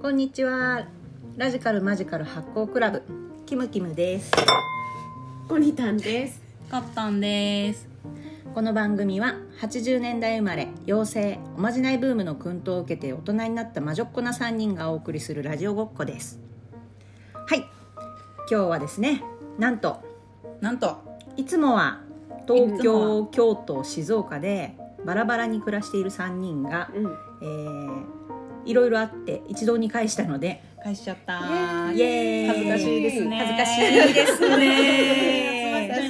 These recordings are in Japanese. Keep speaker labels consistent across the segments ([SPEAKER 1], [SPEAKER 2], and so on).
[SPEAKER 1] こんにちは。ラジカルマジカル発行クラブキムキムです。
[SPEAKER 2] コニタンです。
[SPEAKER 3] カッタンです。
[SPEAKER 1] この番組は80年代生まれ妖精おまじないブームの薫陶を受けて大人になった魔女っ子な3人がお送りするラジオごっこですはい今日はですねなんと
[SPEAKER 3] なんと、
[SPEAKER 1] いつもは東
[SPEAKER 3] いつも
[SPEAKER 1] 京京都静岡でバラバラに暮らしている3人が、
[SPEAKER 2] うん。
[SPEAKER 1] えーいろいろあって一堂に会したので
[SPEAKER 3] 返しちゃった。
[SPEAKER 1] イエーイ
[SPEAKER 3] 恥ずかしいですね。
[SPEAKER 1] 恥ずかしいです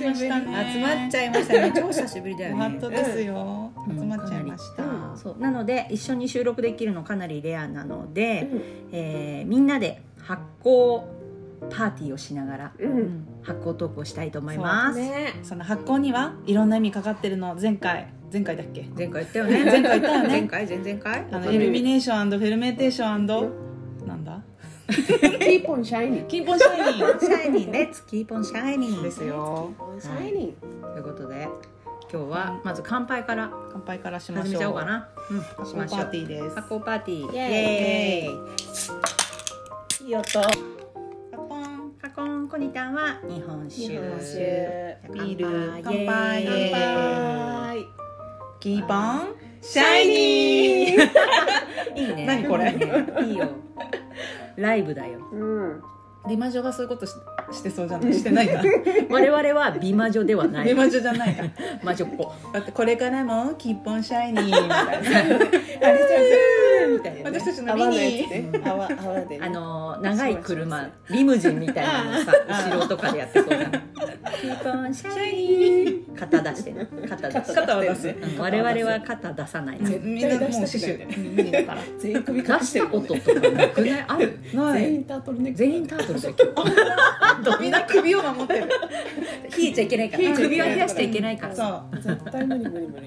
[SPEAKER 3] 集まっちゃ
[SPEAKER 1] ね
[SPEAKER 3] いましたね。
[SPEAKER 1] 集まっちゃいましたね超久しぶりだよね
[SPEAKER 3] 本当ですよ。
[SPEAKER 1] うん
[SPEAKER 3] 集まっちゃいました。
[SPEAKER 2] うん
[SPEAKER 3] は
[SPEAKER 1] そうなので一緒に収録できるのかなりレアなので、えーみんなで発酵パーティーをしながら
[SPEAKER 2] う。
[SPEAKER 3] いうんん
[SPEAKER 1] 発酵トークをしたいと思います、
[SPEAKER 2] ね。
[SPEAKER 3] その発酵にはいろんな意味かかってるの前回前回だっけ
[SPEAKER 1] 前回言ったよね
[SPEAKER 3] 前回言ったよね
[SPEAKER 1] 前回前々回
[SPEAKER 3] あの
[SPEAKER 2] うん
[SPEAKER 3] イルミネーションフェルメンテーションなんだ
[SPEAKER 2] キーポンシャイニー。
[SPEAKER 3] 金本シャイニー
[SPEAKER 1] シャイニーレッツキーポンシャイニー
[SPEAKER 3] ですよ
[SPEAKER 2] ポンシャイニ
[SPEAKER 1] ということで今日はまず乾杯から
[SPEAKER 3] 乾杯からしま
[SPEAKER 1] 始
[SPEAKER 3] し
[SPEAKER 1] めちゃ
[SPEAKER 3] ょ
[SPEAKER 1] お
[SPEAKER 3] う
[SPEAKER 1] うかなうん
[SPEAKER 3] 発
[SPEAKER 1] し
[SPEAKER 3] 酵
[SPEAKER 1] まし
[SPEAKER 3] パ
[SPEAKER 1] ょ
[SPEAKER 3] ー
[SPEAKER 1] う
[SPEAKER 3] ティーです
[SPEAKER 1] 発酵パーティー
[SPEAKER 2] イエーイ
[SPEAKER 1] イエーイいい音
[SPEAKER 3] カッポン
[SPEAKER 1] カコンコニタンは日本酒
[SPEAKER 2] 日本酒
[SPEAKER 3] ビー
[SPEAKER 1] 乾
[SPEAKER 3] ル
[SPEAKER 1] 杯
[SPEAKER 3] 乾杯
[SPEAKER 1] イエ
[SPEAKER 2] ー。
[SPEAKER 1] ーイ
[SPEAKER 2] 乾杯。
[SPEAKER 3] キーパンシャイニ ー
[SPEAKER 1] いいね。
[SPEAKER 3] 何これ
[SPEAKER 1] いいねいいよ。ライブだよ。
[SPEAKER 2] うん。
[SPEAKER 3] 美魔女がそういうことししてそうじゃないしてない か
[SPEAKER 1] 我々は美魔女ではない
[SPEAKER 3] 美。魔女じゃないか
[SPEAKER 1] 魔女 っ子。
[SPEAKER 3] だってこれからも「キッポンシャイニー」みたいなあれ
[SPEAKER 1] みたいなね
[SPEAKER 3] 私たちの
[SPEAKER 2] 泡
[SPEAKER 3] ミ
[SPEAKER 2] の
[SPEAKER 3] ニ
[SPEAKER 2] やつね。泡泡でね。
[SPEAKER 1] あのー長い車リムジンみたいなのさ後ろとかでやってそうじゃん。キーポンシャイニー。肩出してね。肩出して。
[SPEAKER 3] 肩を出す
[SPEAKER 1] うん我々は肩出さない。出
[SPEAKER 3] みんなもう刺繍ミニだから
[SPEAKER 2] 全員首かし
[SPEAKER 1] してて
[SPEAKER 2] るもんね。
[SPEAKER 1] 音とかなくないある。
[SPEAKER 3] な
[SPEAKER 2] 全
[SPEAKER 3] い
[SPEAKER 2] 員タートルネック。
[SPEAKER 1] 全員タートルだよ今日。
[SPEAKER 3] みんな首を守 ってる
[SPEAKER 1] 冷えちゃいけないから。首は冷やしちゃいけないから。
[SPEAKER 3] そう
[SPEAKER 2] 絶対無理無理無理。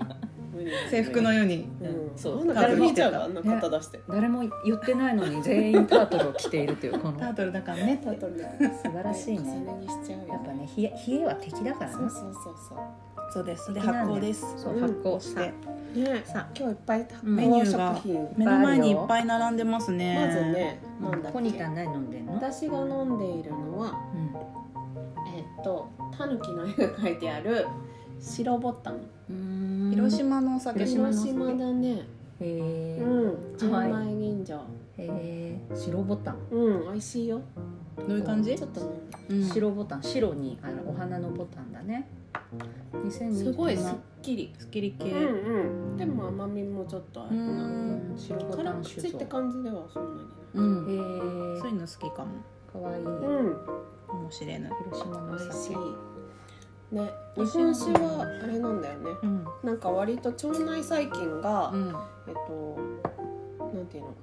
[SPEAKER 2] 無理
[SPEAKER 3] 制服の。ように
[SPEAKER 2] うん。
[SPEAKER 1] そう
[SPEAKER 2] あんな誰も見ちゃうからあんな肩出して。
[SPEAKER 1] 誰も言ってないのに全員タートルを着ているというこの
[SPEAKER 3] ター
[SPEAKER 1] 素
[SPEAKER 3] トルだからね
[SPEAKER 2] タートルネック。
[SPEAKER 1] 晴らしい
[SPEAKER 2] 重
[SPEAKER 1] ね。
[SPEAKER 2] ねにしちゃうよね。
[SPEAKER 1] やっぱね冷え冷えは敵だから
[SPEAKER 2] そ
[SPEAKER 1] ね
[SPEAKER 2] う。そうそうそ
[SPEAKER 3] そうですで
[SPEAKER 1] 敵
[SPEAKER 3] 発
[SPEAKER 1] なんだよ
[SPEAKER 3] 酵です
[SPEAKER 1] そう発酵し、
[SPEAKER 3] してて
[SPEAKER 2] う。ね。
[SPEAKER 1] さあ
[SPEAKER 2] 今日いっぱい発
[SPEAKER 1] メ
[SPEAKER 3] ニュ
[SPEAKER 2] 酵
[SPEAKER 3] ーが
[SPEAKER 2] 食品。
[SPEAKER 3] 目の前にいっぱい並んでますね
[SPEAKER 2] まずね、
[SPEAKER 1] う
[SPEAKER 2] なんんだっ
[SPEAKER 1] コニタ
[SPEAKER 2] け。
[SPEAKER 1] ン何飲んでんの？
[SPEAKER 2] 私が飲んでいるのは。えっと、タヌキの絵が描いてある白ボタン
[SPEAKER 1] うん
[SPEAKER 3] 広。島のお酒
[SPEAKER 1] 広
[SPEAKER 2] 広
[SPEAKER 1] 島の
[SPEAKER 2] 島だね
[SPEAKER 1] へえ
[SPEAKER 2] う
[SPEAKER 1] ー
[SPEAKER 2] ん純米吟醸
[SPEAKER 1] へー白ボタン、
[SPEAKER 2] うん美味しいよ
[SPEAKER 3] どういう感じ
[SPEAKER 2] ちょっとね
[SPEAKER 3] うん
[SPEAKER 1] 白ボタン白にあのお花のボタンだね。2020
[SPEAKER 2] すごいすっきり
[SPEAKER 3] すっきり
[SPEAKER 2] う
[SPEAKER 3] 系
[SPEAKER 2] んうんでも甘みもちょっとあ
[SPEAKER 3] う
[SPEAKER 2] るな
[SPEAKER 1] うん
[SPEAKER 3] ん
[SPEAKER 1] 白ボ
[SPEAKER 2] 辛
[SPEAKER 1] タン酒
[SPEAKER 2] 口っ
[SPEAKER 1] 造。
[SPEAKER 2] て
[SPEAKER 1] へ
[SPEAKER 2] 感じではそんなに
[SPEAKER 3] うん
[SPEAKER 1] え
[SPEAKER 3] そういうの好きかも
[SPEAKER 1] かわいい。
[SPEAKER 2] ないうん
[SPEAKER 3] 面白いな
[SPEAKER 1] 広島のお
[SPEAKER 2] 美味し
[SPEAKER 1] 酒。
[SPEAKER 2] いね日本酒はあれなんだよね
[SPEAKER 3] うん
[SPEAKER 2] なんか割と腸内細菌が
[SPEAKER 3] うん
[SPEAKER 2] えっとなんていうの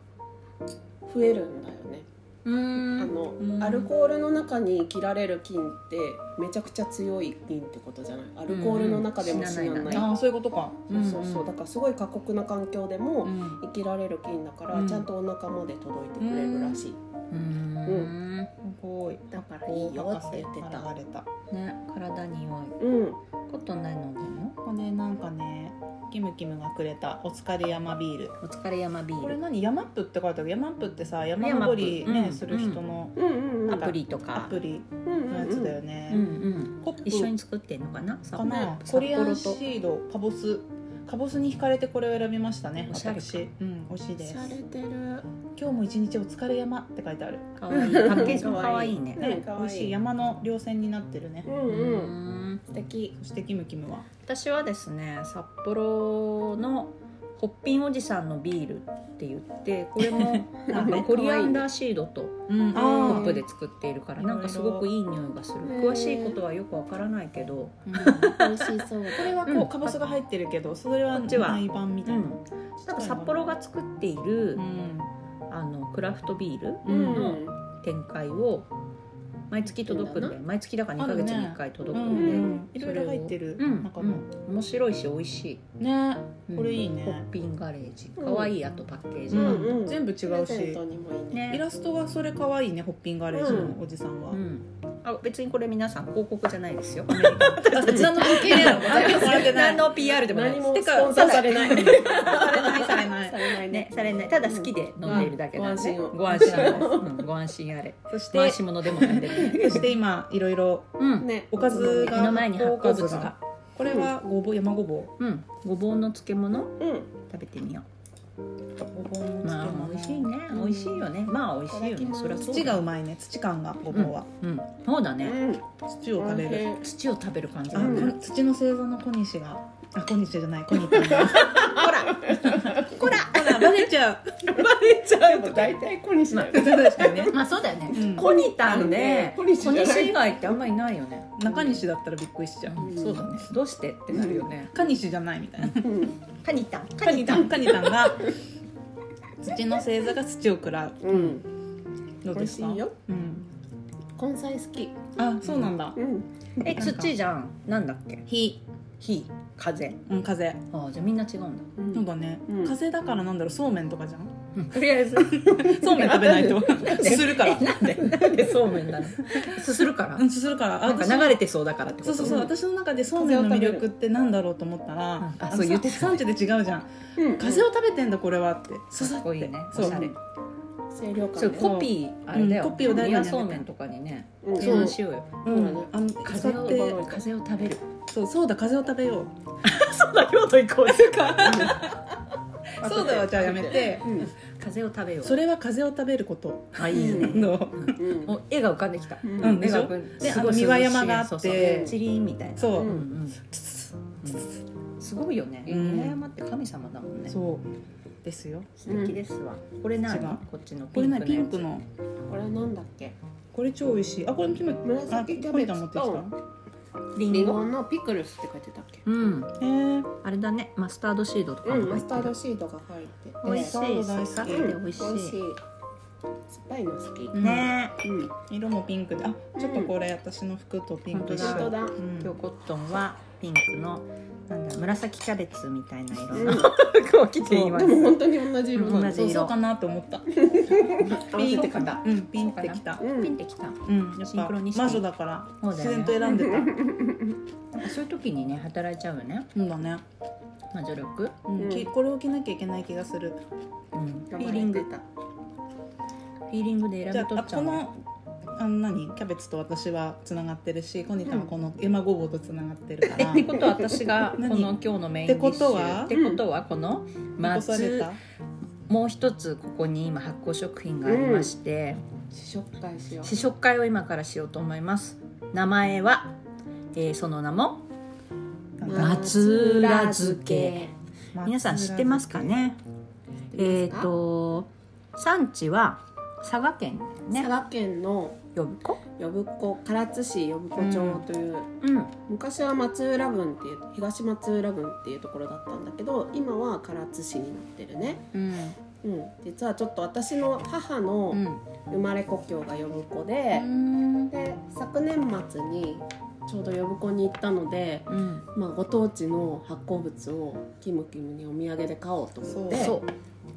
[SPEAKER 2] 増えるんだよね
[SPEAKER 3] うん
[SPEAKER 2] あの、
[SPEAKER 3] うん
[SPEAKER 2] アルコールの中に切られる菌ってめちゃくちゃ強い菌ってことじゃないアルコールの中でも死なない,、
[SPEAKER 1] うんうん死なないんだ
[SPEAKER 3] ああそういうことか
[SPEAKER 2] そうそうそうだからすごい過酷な環境でも
[SPEAKER 3] うん
[SPEAKER 2] 生きられる菌だから、
[SPEAKER 3] うん
[SPEAKER 2] ちゃんとお腹まで届いてくれるらしい、
[SPEAKER 1] うん。ね
[SPEAKER 3] すごい
[SPEAKER 2] だからいいよって言ってた
[SPEAKER 3] 現れた
[SPEAKER 1] 体に良い。
[SPEAKER 2] うん
[SPEAKER 1] コットン何飲んでんの？
[SPEAKER 3] ここねなんかねキムキムがくれたお疲れ山ビール
[SPEAKER 1] お疲れ山ビ
[SPEAKER 3] こ
[SPEAKER 1] ー
[SPEAKER 3] れ
[SPEAKER 1] ル。
[SPEAKER 3] 何山っぷって書いてある山っぷってさ山登り
[SPEAKER 1] 山っぷ
[SPEAKER 3] ね、
[SPEAKER 1] うん
[SPEAKER 3] する人の
[SPEAKER 2] うんうんうん
[SPEAKER 1] アプリと
[SPEAKER 3] ア
[SPEAKER 1] か。
[SPEAKER 3] プリ
[SPEAKER 2] うんうんうん
[SPEAKER 3] のやつだよね、
[SPEAKER 1] うんうん。
[SPEAKER 3] コップ
[SPEAKER 1] 一緒に作ってんのかな札
[SPEAKER 3] か
[SPEAKER 1] 幌
[SPEAKER 3] な
[SPEAKER 1] 札
[SPEAKER 3] コリア
[SPEAKER 1] 幌
[SPEAKER 3] ンシ
[SPEAKER 1] と
[SPEAKER 3] ードカボスカボスに惹かれてこれを選びましたね
[SPEAKER 1] おしゃれ
[SPEAKER 3] 私うん美味しいです
[SPEAKER 2] しゃれてる
[SPEAKER 3] 今日も一日お疲れ山って書いてある
[SPEAKER 1] かわいいパッケージもかわいいね
[SPEAKER 2] うん
[SPEAKER 3] ね
[SPEAKER 2] か
[SPEAKER 3] 美
[SPEAKER 2] わいい
[SPEAKER 3] 味しい山の稜線になってるね
[SPEAKER 2] うん
[SPEAKER 1] う
[SPEAKER 2] うん
[SPEAKER 1] ん
[SPEAKER 2] 素敵
[SPEAKER 3] そしてキムキムは
[SPEAKER 1] 私はですね札幌のホッピンおじさんのビールって言ってこれも なんかコリアンダーシードと
[SPEAKER 3] うん
[SPEAKER 1] ホ
[SPEAKER 2] あ
[SPEAKER 1] ップで作っているからなんかすごくいい匂いがする
[SPEAKER 2] へー
[SPEAKER 1] 詳しいことはよくわからないけど、
[SPEAKER 2] 美味しそうだ
[SPEAKER 3] これはこう、
[SPEAKER 1] うん
[SPEAKER 3] かぼすが入ってるけどそれは
[SPEAKER 1] こっちは
[SPEAKER 3] 内版み
[SPEAKER 1] う
[SPEAKER 3] たいな、
[SPEAKER 1] ん、なんか札幌が作っている
[SPEAKER 3] う、ん
[SPEAKER 1] あのクラフトビール
[SPEAKER 2] うん
[SPEAKER 3] うん
[SPEAKER 2] うん
[SPEAKER 1] 展開を毎月届くんで毎月だから2ヶ月に1回届く
[SPEAKER 3] うん
[SPEAKER 1] で、
[SPEAKER 3] ん、い
[SPEAKER 1] そ
[SPEAKER 3] ろ
[SPEAKER 1] れを
[SPEAKER 3] いろ入ってる
[SPEAKER 1] うん
[SPEAKER 3] 中の、
[SPEAKER 1] うん面白いし美味しい
[SPEAKER 3] ね
[SPEAKER 1] うん
[SPEAKER 3] これいいね
[SPEAKER 1] ホッピンガレージ可愛いあとパッケージ
[SPEAKER 2] う
[SPEAKER 1] が、
[SPEAKER 2] んうん
[SPEAKER 3] 全部違
[SPEAKER 2] プレ
[SPEAKER 3] う
[SPEAKER 2] ゼン
[SPEAKER 3] し
[SPEAKER 2] トにもいいね
[SPEAKER 1] ね
[SPEAKER 3] イラストがそれ可愛いねホッピンガレージ
[SPEAKER 2] う
[SPEAKER 3] のおじさんは、
[SPEAKER 1] うん、あ別にこれ皆さん広告じゃないですよ
[SPEAKER 3] 私たち
[SPEAKER 1] 何の関係ない
[SPEAKER 3] 全然されてない
[SPEAKER 1] 何の PR でもない
[SPEAKER 2] 何
[SPEAKER 1] です
[SPEAKER 2] も
[SPEAKER 3] てか
[SPEAKER 2] スポンサーされないされ
[SPEAKER 3] ないされ ない
[SPEAKER 2] ない
[SPEAKER 1] ね、されないただ好きで飲んでいるだけなんで、
[SPEAKER 2] うん
[SPEAKER 1] ご安心を、うん、ご安心あれ
[SPEAKER 3] そし
[SPEAKER 1] 回
[SPEAKER 3] て
[SPEAKER 1] し物でもないんで ね、
[SPEAKER 3] そして今いろいろ
[SPEAKER 1] うん
[SPEAKER 2] ね
[SPEAKER 3] おかず
[SPEAKER 1] 目の前に発酵物が
[SPEAKER 3] これはごぼう山ごぼう
[SPEAKER 1] うんごぼうの漬物
[SPEAKER 2] うん
[SPEAKER 1] 食べてみよ
[SPEAKER 3] ごぼうの
[SPEAKER 1] うまあ美味しいね美味しいよねまあ美味しいよねそりゃそう
[SPEAKER 3] 土がう
[SPEAKER 1] ま
[SPEAKER 3] まいね土感がごぼうは、
[SPEAKER 1] うんそうだ
[SPEAKER 2] う
[SPEAKER 1] ね
[SPEAKER 2] ん
[SPEAKER 3] 土を食べる、
[SPEAKER 1] 土を食べる感じ
[SPEAKER 3] あ
[SPEAKER 1] だね
[SPEAKER 3] これ土の製造の小西があ小西じゃない 小西君が
[SPEAKER 2] ほら
[SPEAKER 3] こらほらバレちゃう
[SPEAKER 2] バレちゃうと大体小西だよね
[SPEAKER 3] 確かにね
[SPEAKER 1] まあそうだよね、
[SPEAKER 3] うん
[SPEAKER 1] コニタンね
[SPEAKER 2] コ
[SPEAKER 1] 小
[SPEAKER 2] ニシじゃない
[SPEAKER 1] 西以外ってあんまりいないよね、
[SPEAKER 3] 中西だったらびっくりしちゃう、
[SPEAKER 2] ん
[SPEAKER 1] そうだねどうしてってなるよね、
[SPEAKER 3] カニシじゃないみたいな
[SPEAKER 2] うん
[SPEAKER 1] カニタン
[SPEAKER 3] カニタンカニタンが土の星座が土を食らう
[SPEAKER 2] うん
[SPEAKER 3] ど
[SPEAKER 2] 美
[SPEAKER 3] うで
[SPEAKER 2] 味し
[SPEAKER 3] すか
[SPEAKER 2] いよ
[SPEAKER 3] うん、
[SPEAKER 2] 根菜好き
[SPEAKER 3] あそうなんだ
[SPEAKER 2] うん
[SPEAKER 1] え
[SPEAKER 3] なんか
[SPEAKER 1] 土じゃんなんだっけ
[SPEAKER 3] 火、
[SPEAKER 1] 火風
[SPEAKER 3] うん、風
[SPEAKER 1] ああじゃあみんな違うんだ
[SPEAKER 2] う
[SPEAKER 3] なんかね、
[SPEAKER 2] うん
[SPEAKER 3] 風だからなんだろうそうめんとかじゃん
[SPEAKER 1] とりあえず
[SPEAKER 3] そうめん食 べないとすするから
[SPEAKER 1] なんでなんでそうめんなのすするから
[SPEAKER 3] うんすするからあ
[SPEAKER 1] なんか
[SPEAKER 3] 私
[SPEAKER 1] 流れてそうだからってこ
[SPEAKER 3] そ
[SPEAKER 1] と
[SPEAKER 3] うそうそう私の中でそうめんの魅力ってなんだろうと思ったら、
[SPEAKER 1] うんあ
[SPEAKER 3] の
[SPEAKER 1] そう言ってた
[SPEAKER 3] 産地で違うじゃん
[SPEAKER 2] うん
[SPEAKER 3] 風を食べてんだこれはって刺
[SPEAKER 1] か
[SPEAKER 3] さっ
[SPEAKER 1] ってこいいね
[SPEAKER 3] そう
[SPEAKER 1] おしゃれ
[SPEAKER 2] 清涼感
[SPEAKER 1] そう
[SPEAKER 2] ね
[SPEAKER 1] コピーあれだよ、
[SPEAKER 3] うんコピーを誰かにあげて
[SPEAKER 1] 宮そうめんとかにね
[SPEAKER 2] うん
[SPEAKER 1] 提案しようよ
[SPEAKER 3] う
[SPEAKER 2] そうだ
[SPEAKER 3] ん
[SPEAKER 2] ね
[SPEAKER 3] あの
[SPEAKER 1] 風
[SPEAKER 3] 風
[SPEAKER 1] を
[SPEAKER 3] って
[SPEAKER 1] 風を食べる
[SPEAKER 3] そうそうだ風を食べよう
[SPEAKER 1] そうだ京都行こう
[SPEAKER 3] そうだはじゃあやめて
[SPEAKER 2] うん
[SPEAKER 1] 風を食べよう
[SPEAKER 3] それは風を食べること
[SPEAKER 1] あいいよね
[SPEAKER 2] うん
[SPEAKER 3] の
[SPEAKER 2] うん
[SPEAKER 1] お絵が浮かんできた
[SPEAKER 2] うん
[SPEAKER 3] うん
[SPEAKER 1] 絵が浮かん
[SPEAKER 3] でしょ
[SPEAKER 1] すごい涼しい
[SPEAKER 3] であの庭山があって
[SPEAKER 1] そうそうチリーンみたいな
[SPEAKER 3] そう、
[SPEAKER 2] う
[SPEAKER 1] うん
[SPEAKER 2] ん
[SPEAKER 1] うんすごいよね
[SPEAKER 3] うん
[SPEAKER 1] 庭山って神様だもんね
[SPEAKER 3] そうですよ
[SPEAKER 1] 素敵ですわこれ何
[SPEAKER 3] 違う
[SPEAKER 1] こっちの
[SPEAKER 3] こ
[SPEAKER 1] ピ
[SPEAKER 3] れ
[SPEAKER 1] ンク
[SPEAKER 3] ね
[SPEAKER 1] の
[SPEAKER 3] ピ
[SPEAKER 1] や
[SPEAKER 3] ンク
[SPEAKER 1] つ
[SPEAKER 3] の
[SPEAKER 2] これなんだっけ
[SPEAKER 3] これ超美味しいあこれもあ
[SPEAKER 2] 紫キャ
[SPEAKER 3] ポ
[SPEAKER 2] ベ
[SPEAKER 3] リタン持っ
[SPEAKER 2] ツ
[SPEAKER 3] てきた
[SPEAKER 2] と
[SPEAKER 1] リ
[SPEAKER 2] リ
[SPEAKER 1] ン
[SPEAKER 2] ン
[SPEAKER 1] ゴ
[SPEAKER 2] ゴのピクルスって書いてたっけ
[SPEAKER 1] うん
[SPEAKER 3] えー、
[SPEAKER 1] あれだねマスタードシードとか
[SPEAKER 2] うん
[SPEAKER 1] も
[SPEAKER 2] マ
[SPEAKER 1] 入っ
[SPEAKER 2] スター
[SPEAKER 1] て
[SPEAKER 2] ド
[SPEAKER 1] る
[SPEAKER 2] シードが入ってて
[SPEAKER 1] 美味し
[SPEAKER 3] マスタード
[SPEAKER 1] い
[SPEAKER 3] 大好
[SPEAKER 1] 酸っぱくて
[SPEAKER 2] うん
[SPEAKER 3] き
[SPEAKER 1] 美味し
[SPEAKER 2] 美味
[SPEAKER 1] い
[SPEAKER 2] しい酸っぱいの好き
[SPEAKER 3] うん
[SPEAKER 1] ね
[SPEAKER 2] うん
[SPEAKER 3] 色もピンクであちょっとこれ私の服とピンク一
[SPEAKER 1] 本
[SPEAKER 3] 緒
[SPEAKER 2] 当だ
[SPEAKER 3] う
[SPEAKER 1] え
[SPEAKER 3] ん
[SPEAKER 1] 今日コットンはピンクのなんだ紫キャベツみたいな色
[SPEAKER 2] うん
[SPEAKER 1] の服を着ていま
[SPEAKER 2] でも
[SPEAKER 1] す
[SPEAKER 2] 本当に同じ色な
[SPEAKER 1] 同
[SPEAKER 2] の
[SPEAKER 1] じ
[SPEAKER 3] そう
[SPEAKER 1] 色
[SPEAKER 3] そうかなって思った
[SPEAKER 2] 合わせて方
[SPEAKER 3] うんピンってきた
[SPEAKER 2] うん
[SPEAKER 1] ピンってきた
[SPEAKER 3] うんやっ
[SPEAKER 1] シン
[SPEAKER 3] ぱ
[SPEAKER 1] クロニシティ
[SPEAKER 3] 魔女だから
[SPEAKER 1] そうだよ
[SPEAKER 3] 自
[SPEAKER 1] ね
[SPEAKER 3] 然と選んでた
[SPEAKER 1] なんかそういう時にね働いちゃうよね
[SPEAKER 3] うんだね
[SPEAKER 1] 魔女力
[SPEAKER 3] うん
[SPEAKER 2] うん
[SPEAKER 3] きこれを着なきゃいけない気がする
[SPEAKER 1] うん
[SPEAKER 2] フ
[SPEAKER 3] ィーリング
[SPEAKER 2] た
[SPEAKER 1] フィーリングで
[SPEAKER 3] じ
[SPEAKER 1] 選
[SPEAKER 3] ゃ
[SPEAKER 1] び
[SPEAKER 3] あ
[SPEAKER 1] 取
[SPEAKER 3] あ
[SPEAKER 1] っちゃ
[SPEAKER 3] こ
[SPEAKER 1] うね
[SPEAKER 3] のあの何キャベツと私はつながってるしコニタはこの山ごぼうとつながってるか
[SPEAKER 1] え
[SPEAKER 3] ら
[SPEAKER 1] ってことは私がこの
[SPEAKER 3] 何
[SPEAKER 1] 今日のメインディッシュ
[SPEAKER 3] ってことは
[SPEAKER 1] ってことはこの
[SPEAKER 3] 残され
[SPEAKER 1] 松
[SPEAKER 3] た
[SPEAKER 1] もう一つここに今発酵食品がありまして、
[SPEAKER 2] 試食会しよ
[SPEAKER 1] 試食会を今からしようと思います名前は、えーその名も
[SPEAKER 2] う
[SPEAKER 1] 松浦漬け皆さん知ってますかねえっ、
[SPEAKER 2] ー
[SPEAKER 1] と産地は佐賀県だ
[SPEAKER 2] 佐
[SPEAKER 1] よね
[SPEAKER 2] 賀県の
[SPEAKER 1] 呼子
[SPEAKER 2] 呼子唐津市呼子町という、
[SPEAKER 1] うん
[SPEAKER 2] 昔は松浦郡っていう東松浦郡っていうところだったんだけど今は唐津市になってるね、
[SPEAKER 1] うん
[SPEAKER 2] うん、実はちょっと私の母の
[SPEAKER 1] うん
[SPEAKER 2] 生まれ故郷が呼子で、で昨年末にちょうど呼子に行ったので、
[SPEAKER 1] うん
[SPEAKER 2] まあ、ご当地の発酵物をキムキムにお土産で買おうと思って
[SPEAKER 1] そう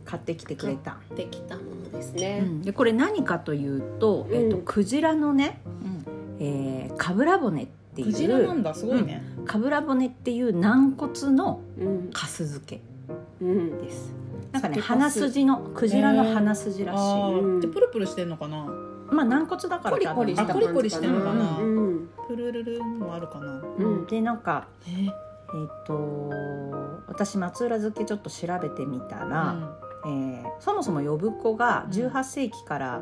[SPEAKER 1] 買ってきてくれた、
[SPEAKER 2] できたものです
[SPEAKER 1] う
[SPEAKER 2] ね、
[SPEAKER 1] ん、でこれ何かというと,、えー、と
[SPEAKER 2] うん
[SPEAKER 1] クジラのね、
[SPEAKER 3] うん
[SPEAKER 1] えー、かぶら骨って
[SPEAKER 3] クジラないん
[SPEAKER 1] う
[SPEAKER 3] だすごいね
[SPEAKER 1] かぶら骨っていう軟骨の
[SPEAKER 2] うん
[SPEAKER 1] かす漬け
[SPEAKER 2] うん
[SPEAKER 1] ですなんか
[SPEAKER 2] 酒粕
[SPEAKER 1] ね鼻筋のクジラの鼻筋らしい、
[SPEAKER 3] あ
[SPEAKER 2] う
[SPEAKER 3] ー
[SPEAKER 2] ん
[SPEAKER 3] でプルプルしてんのかな
[SPEAKER 1] まあ軟骨だから
[SPEAKER 2] コリコリし
[SPEAKER 1] 多
[SPEAKER 2] た
[SPEAKER 1] 分
[SPEAKER 3] コリコリしてんのかな
[SPEAKER 2] うん
[SPEAKER 3] プルルルンもあるかな
[SPEAKER 2] う
[SPEAKER 1] うん
[SPEAKER 2] ん
[SPEAKER 1] でなんか
[SPEAKER 3] えー
[SPEAKER 1] えっ、と私松浦漬けちょっと調べてみたら、えーそもそも呼子が18世紀から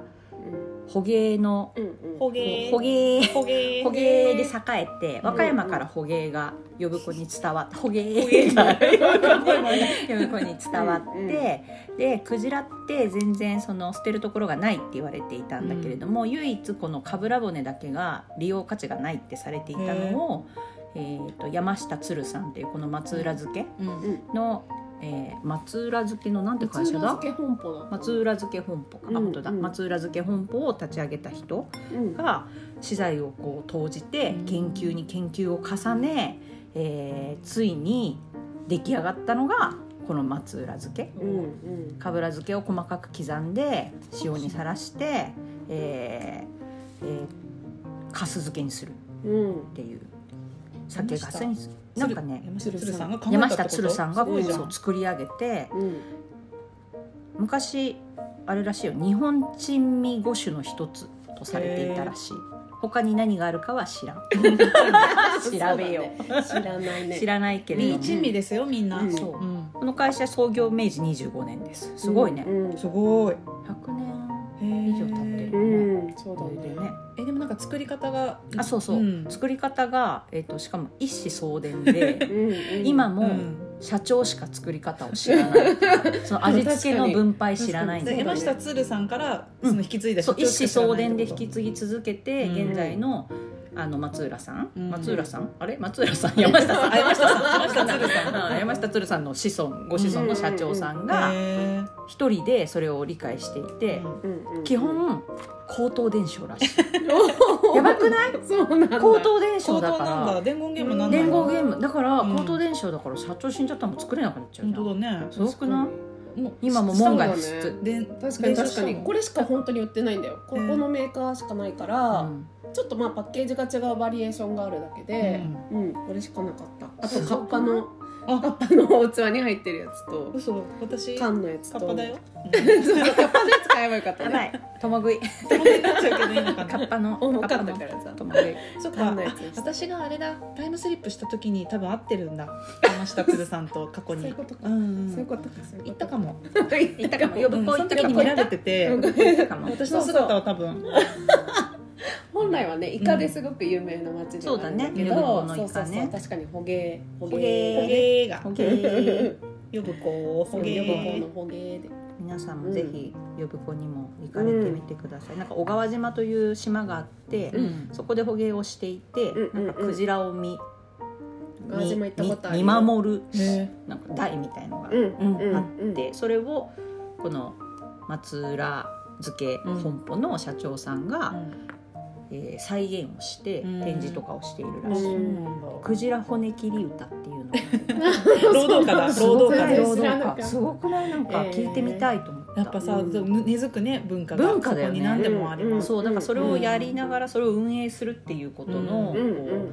[SPEAKER 1] 捕鯨の、
[SPEAKER 2] うんうん
[SPEAKER 3] ほげー
[SPEAKER 1] 捕鯨
[SPEAKER 3] ほげー
[SPEAKER 1] 捕鯨で栄えて和歌山から捕鯨が呼子に伝わって捕鯨が呼子に伝わ
[SPEAKER 2] うん
[SPEAKER 1] ってでクジラって全然その捨てるところがないって言われていたんだけれども、唯一このかぶら骨だけが利用価値がないってされていたのを、えー、と山下鶴さんっていうこの松浦漬け
[SPEAKER 3] うん
[SPEAKER 2] うん
[SPEAKER 1] の、えー松浦漬けのなんて会社だ
[SPEAKER 2] 松浦漬け本
[SPEAKER 1] 松浦漬け本舗
[SPEAKER 2] 舗だった
[SPEAKER 1] か、あ
[SPEAKER 2] うん
[SPEAKER 1] 本当だ
[SPEAKER 2] うん
[SPEAKER 1] 松浦漬け本舗を立ち上げた人
[SPEAKER 2] うん
[SPEAKER 1] が資材をこう投じて
[SPEAKER 3] うん
[SPEAKER 1] 研究に研究を重ね、えーついに出来上がったのがこの松浦漬け、
[SPEAKER 2] うんうん
[SPEAKER 1] かぶら漬けを細かく刻んで塩にさらして、えーえーカス漬けにする
[SPEAKER 2] うん
[SPEAKER 1] っていう酒粕にするなんかね
[SPEAKER 3] 山下鶴さんが考えた
[SPEAKER 1] 山
[SPEAKER 3] ってこと
[SPEAKER 1] 下鶴さんが
[SPEAKER 3] すごいじゃ
[SPEAKER 1] そ
[SPEAKER 3] ん
[SPEAKER 1] う作り上げて
[SPEAKER 2] うん
[SPEAKER 1] 昔あれらしいよ日本珍味五種の一つとされていたらしい他に何があるかは知らん調べよう
[SPEAKER 2] 知らないね
[SPEAKER 1] 知らないけれど
[SPEAKER 3] い
[SPEAKER 1] も
[SPEAKER 3] い珍味ですよみんな、
[SPEAKER 2] うん
[SPEAKER 1] そう
[SPEAKER 3] うん
[SPEAKER 1] この会社創業明治25年ですすごいね、
[SPEAKER 2] うん
[SPEAKER 3] すごいへ
[SPEAKER 1] 100年
[SPEAKER 3] え
[SPEAKER 1] 以上経って
[SPEAKER 2] う
[SPEAKER 1] る
[SPEAKER 2] んそうだ
[SPEAKER 1] で
[SPEAKER 2] ね
[SPEAKER 1] ね
[SPEAKER 3] えでもなんか作り方が
[SPEAKER 1] あそうそう、
[SPEAKER 3] ん
[SPEAKER 1] 作り方が、えっとしかも一子相伝で
[SPEAKER 2] うんうん
[SPEAKER 1] 今
[SPEAKER 3] う
[SPEAKER 1] も
[SPEAKER 3] ん
[SPEAKER 1] 社長しか作り方を知らないその味付けの分配知らないんだ
[SPEAKER 3] で
[SPEAKER 1] よ
[SPEAKER 3] 山下鶴さんから
[SPEAKER 1] うん
[SPEAKER 3] その引き継いだ
[SPEAKER 1] そう一子相伝で引き
[SPEAKER 3] 継
[SPEAKER 1] 継ぎ続けて、
[SPEAKER 3] うん
[SPEAKER 1] 現在のあの松浦さん、
[SPEAKER 3] うん
[SPEAKER 1] 松浦さんあれ松浦さん山下さんあ山下さん山下鶴さんうん山下鶴さんの子孫ご子孫の社長さんが一人でそれを理解していて、
[SPEAKER 2] うんうん
[SPEAKER 1] 基本口頭伝承 らしい
[SPEAKER 2] おー
[SPEAKER 1] やばくない
[SPEAKER 2] そうなんだ
[SPEAKER 1] 口頭伝
[SPEAKER 3] 相
[SPEAKER 1] 承だ
[SPEAKER 3] 当
[SPEAKER 1] か
[SPEAKER 3] なんだ
[SPEAKER 1] ら
[SPEAKER 3] 伝言ゲームなんだ
[SPEAKER 1] 伝言
[SPEAKER 3] ム
[SPEAKER 1] ゲームだから
[SPEAKER 3] うん
[SPEAKER 1] 口頭伝承だから社長死んじゃったらもう作れなくなっちゃう
[SPEAKER 3] 本
[SPEAKER 1] じゃん
[SPEAKER 3] 当だね
[SPEAKER 1] すごくない
[SPEAKER 3] もう
[SPEAKER 1] 今も門外不
[SPEAKER 2] そうだね
[SPEAKER 1] 出
[SPEAKER 3] で
[SPEAKER 2] 確かに確かにこ
[SPEAKER 3] れ
[SPEAKER 2] れしか本当に売ってないんだよここのメーカーしかないから、
[SPEAKER 1] うん
[SPEAKER 2] ちょっとまあパッケージが違うバリエーションがあるだけで、うんこれしかなかったあと
[SPEAKER 1] すごく
[SPEAKER 2] カッパの
[SPEAKER 3] あ
[SPEAKER 2] カッパの器に入ってるやつと
[SPEAKER 3] 嘘私カ
[SPEAKER 2] 缶のやつと
[SPEAKER 3] ッパだよ
[SPEAKER 2] そうカッパのやつ買えばよかった
[SPEAKER 1] や
[SPEAKER 2] ね
[SPEAKER 1] ばい共 食い
[SPEAKER 3] 友達になっちゃうけどいいのか
[SPEAKER 1] カ
[SPEAKER 3] な
[SPEAKER 1] ッパの
[SPEAKER 2] 重
[SPEAKER 1] カ
[SPEAKER 2] か
[SPEAKER 1] ッパ
[SPEAKER 2] った
[SPEAKER 1] の
[SPEAKER 2] からさ
[SPEAKER 1] 共食い
[SPEAKER 3] そっ
[SPEAKER 2] わか
[SPEAKER 3] か
[SPEAKER 2] んないや
[SPEAKER 3] あ
[SPEAKER 2] つでした
[SPEAKER 3] 私があれだタイムスリップした時に多分合ってるんだ山下鶴さんと過去に
[SPEAKER 2] そういうことか
[SPEAKER 3] んん
[SPEAKER 2] そういうことかそういう
[SPEAKER 3] 行
[SPEAKER 2] こ
[SPEAKER 3] ったかも
[SPEAKER 2] とか
[SPEAKER 1] いたかも呼ぶ
[SPEAKER 3] うん
[SPEAKER 1] 子
[SPEAKER 3] そ
[SPEAKER 1] の
[SPEAKER 3] の
[SPEAKER 1] 時に
[SPEAKER 3] 時に
[SPEAKER 1] 見
[SPEAKER 3] 見
[SPEAKER 1] ら
[SPEAKER 3] ら
[SPEAKER 1] れ
[SPEAKER 3] れ
[SPEAKER 1] て
[SPEAKER 3] てて
[SPEAKER 2] うん
[SPEAKER 1] たかも
[SPEAKER 3] 私の姿は多分
[SPEAKER 2] 本来はねイカですごく有名な町ではあるんだけど
[SPEAKER 1] そうだね
[SPEAKER 2] そうそう
[SPEAKER 1] 呼ぶ子のイカ
[SPEAKER 2] そう
[SPEAKER 1] ね
[SPEAKER 2] 確かに捕鯨捕
[SPEAKER 1] 捕鯨
[SPEAKER 2] 鯨
[SPEAKER 3] ほげーが
[SPEAKER 1] ほげー
[SPEAKER 3] 呼ぶ子を
[SPEAKER 2] 捕
[SPEAKER 3] ほげ
[SPEAKER 2] 鯨
[SPEAKER 3] ー
[SPEAKER 2] の捕鯨で
[SPEAKER 1] 皆さんもぜひ呼ぶ子にも行かれてみてください、なんか小川島という島があって、
[SPEAKER 3] うん
[SPEAKER 1] そこで捕鯨をしていて、
[SPEAKER 2] うんうんうん
[SPEAKER 1] なんかクジラを見
[SPEAKER 2] 小川島行ったことある
[SPEAKER 1] 見
[SPEAKER 2] よ
[SPEAKER 1] 見守る
[SPEAKER 3] へ
[SPEAKER 1] なんか台みたいのが
[SPEAKER 2] うんうんうん
[SPEAKER 1] あってそれをこの松浦漬け本舗の社長さんが、えー再現をして
[SPEAKER 3] うん
[SPEAKER 1] 展示とかをしているら
[SPEAKER 3] あ
[SPEAKER 1] しい、
[SPEAKER 3] そううんなんだ
[SPEAKER 1] クジラ骨切り歌っていうのが
[SPEAKER 3] 労働家 だ
[SPEAKER 1] すご
[SPEAKER 3] 労
[SPEAKER 1] く
[SPEAKER 3] 働
[SPEAKER 1] ない
[SPEAKER 3] 家で
[SPEAKER 1] 労
[SPEAKER 3] す
[SPEAKER 2] 知らなか
[SPEAKER 1] 働
[SPEAKER 2] った
[SPEAKER 1] 家すごくないなんか
[SPEAKER 2] えー
[SPEAKER 1] 聞いてみたいと思った、
[SPEAKER 3] やっぱさ
[SPEAKER 2] うん
[SPEAKER 3] でも根付くね文化が
[SPEAKER 1] 文化だよね
[SPEAKER 3] そこに何でもあります
[SPEAKER 1] そうだからそれをやりながらそれを運営するっていうことの、
[SPEAKER 2] うんうん
[SPEAKER 1] こう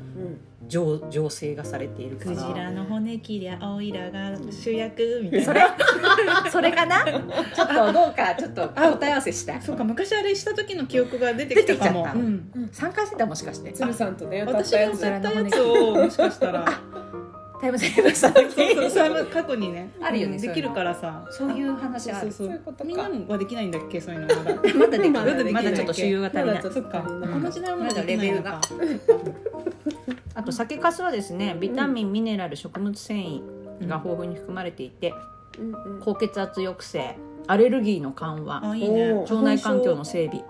[SPEAKER 1] 醸醸成がされているか
[SPEAKER 3] ク
[SPEAKER 1] ら
[SPEAKER 3] ジラの骨切りゃ青いらが主役みたいな
[SPEAKER 1] それ それかなちょっとどうかちょっと答え合わせしたい
[SPEAKER 3] そうか昔あれした時の記憶が出てきたか
[SPEAKER 1] 出てき
[SPEAKER 3] も
[SPEAKER 1] ちゃった
[SPEAKER 3] うん
[SPEAKER 1] 参加してたもしかして
[SPEAKER 2] 鶴さんとね歌っ
[SPEAKER 3] 私
[SPEAKER 2] た
[SPEAKER 3] が
[SPEAKER 2] や
[SPEAKER 3] 歌
[SPEAKER 2] つ
[SPEAKER 3] ったやつをもしかしたら
[SPEAKER 1] タイムセーバーさん
[SPEAKER 3] そうそう過去にね
[SPEAKER 1] あるよね
[SPEAKER 3] うん
[SPEAKER 1] そういう
[SPEAKER 3] で
[SPEAKER 1] の
[SPEAKER 3] きるからさ
[SPEAKER 1] そういう話あ
[SPEAKER 3] そう
[SPEAKER 1] る
[SPEAKER 3] そ
[SPEAKER 2] そういう
[SPEAKER 3] う
[SPEAKER 2] ことか
[SPEAKER 3] みんなはできないんだっけそういうのまだ
[SPEAKER 1] まだでき
[SPEAKER 2] まだで
[SPEAKER 1] る
[SPEAKER 2] き
[SPEAKER 1] ま
[SPEAKER 2] ない
[SPEAKER 1] だちょっと主流が足りない
[SPEAKER 2] まだちょっ
[SPEAKER 3] そっかこ
[SPEAKER 2] うん
[SPEAKER 3] の時代はまだできないのか
[SPEAKER 1] あと酒粕はですねビタミンミネラル植物繊維が豊富に含まれていて
[SPEAKER 2] うんうん
[SPEAKER 1] 高血圧抑制アレルギーの緩和
[SPEAKER 3] あいいね
[SPEAKER 2] おー
[SPEAKER 1] 腸内環境の整備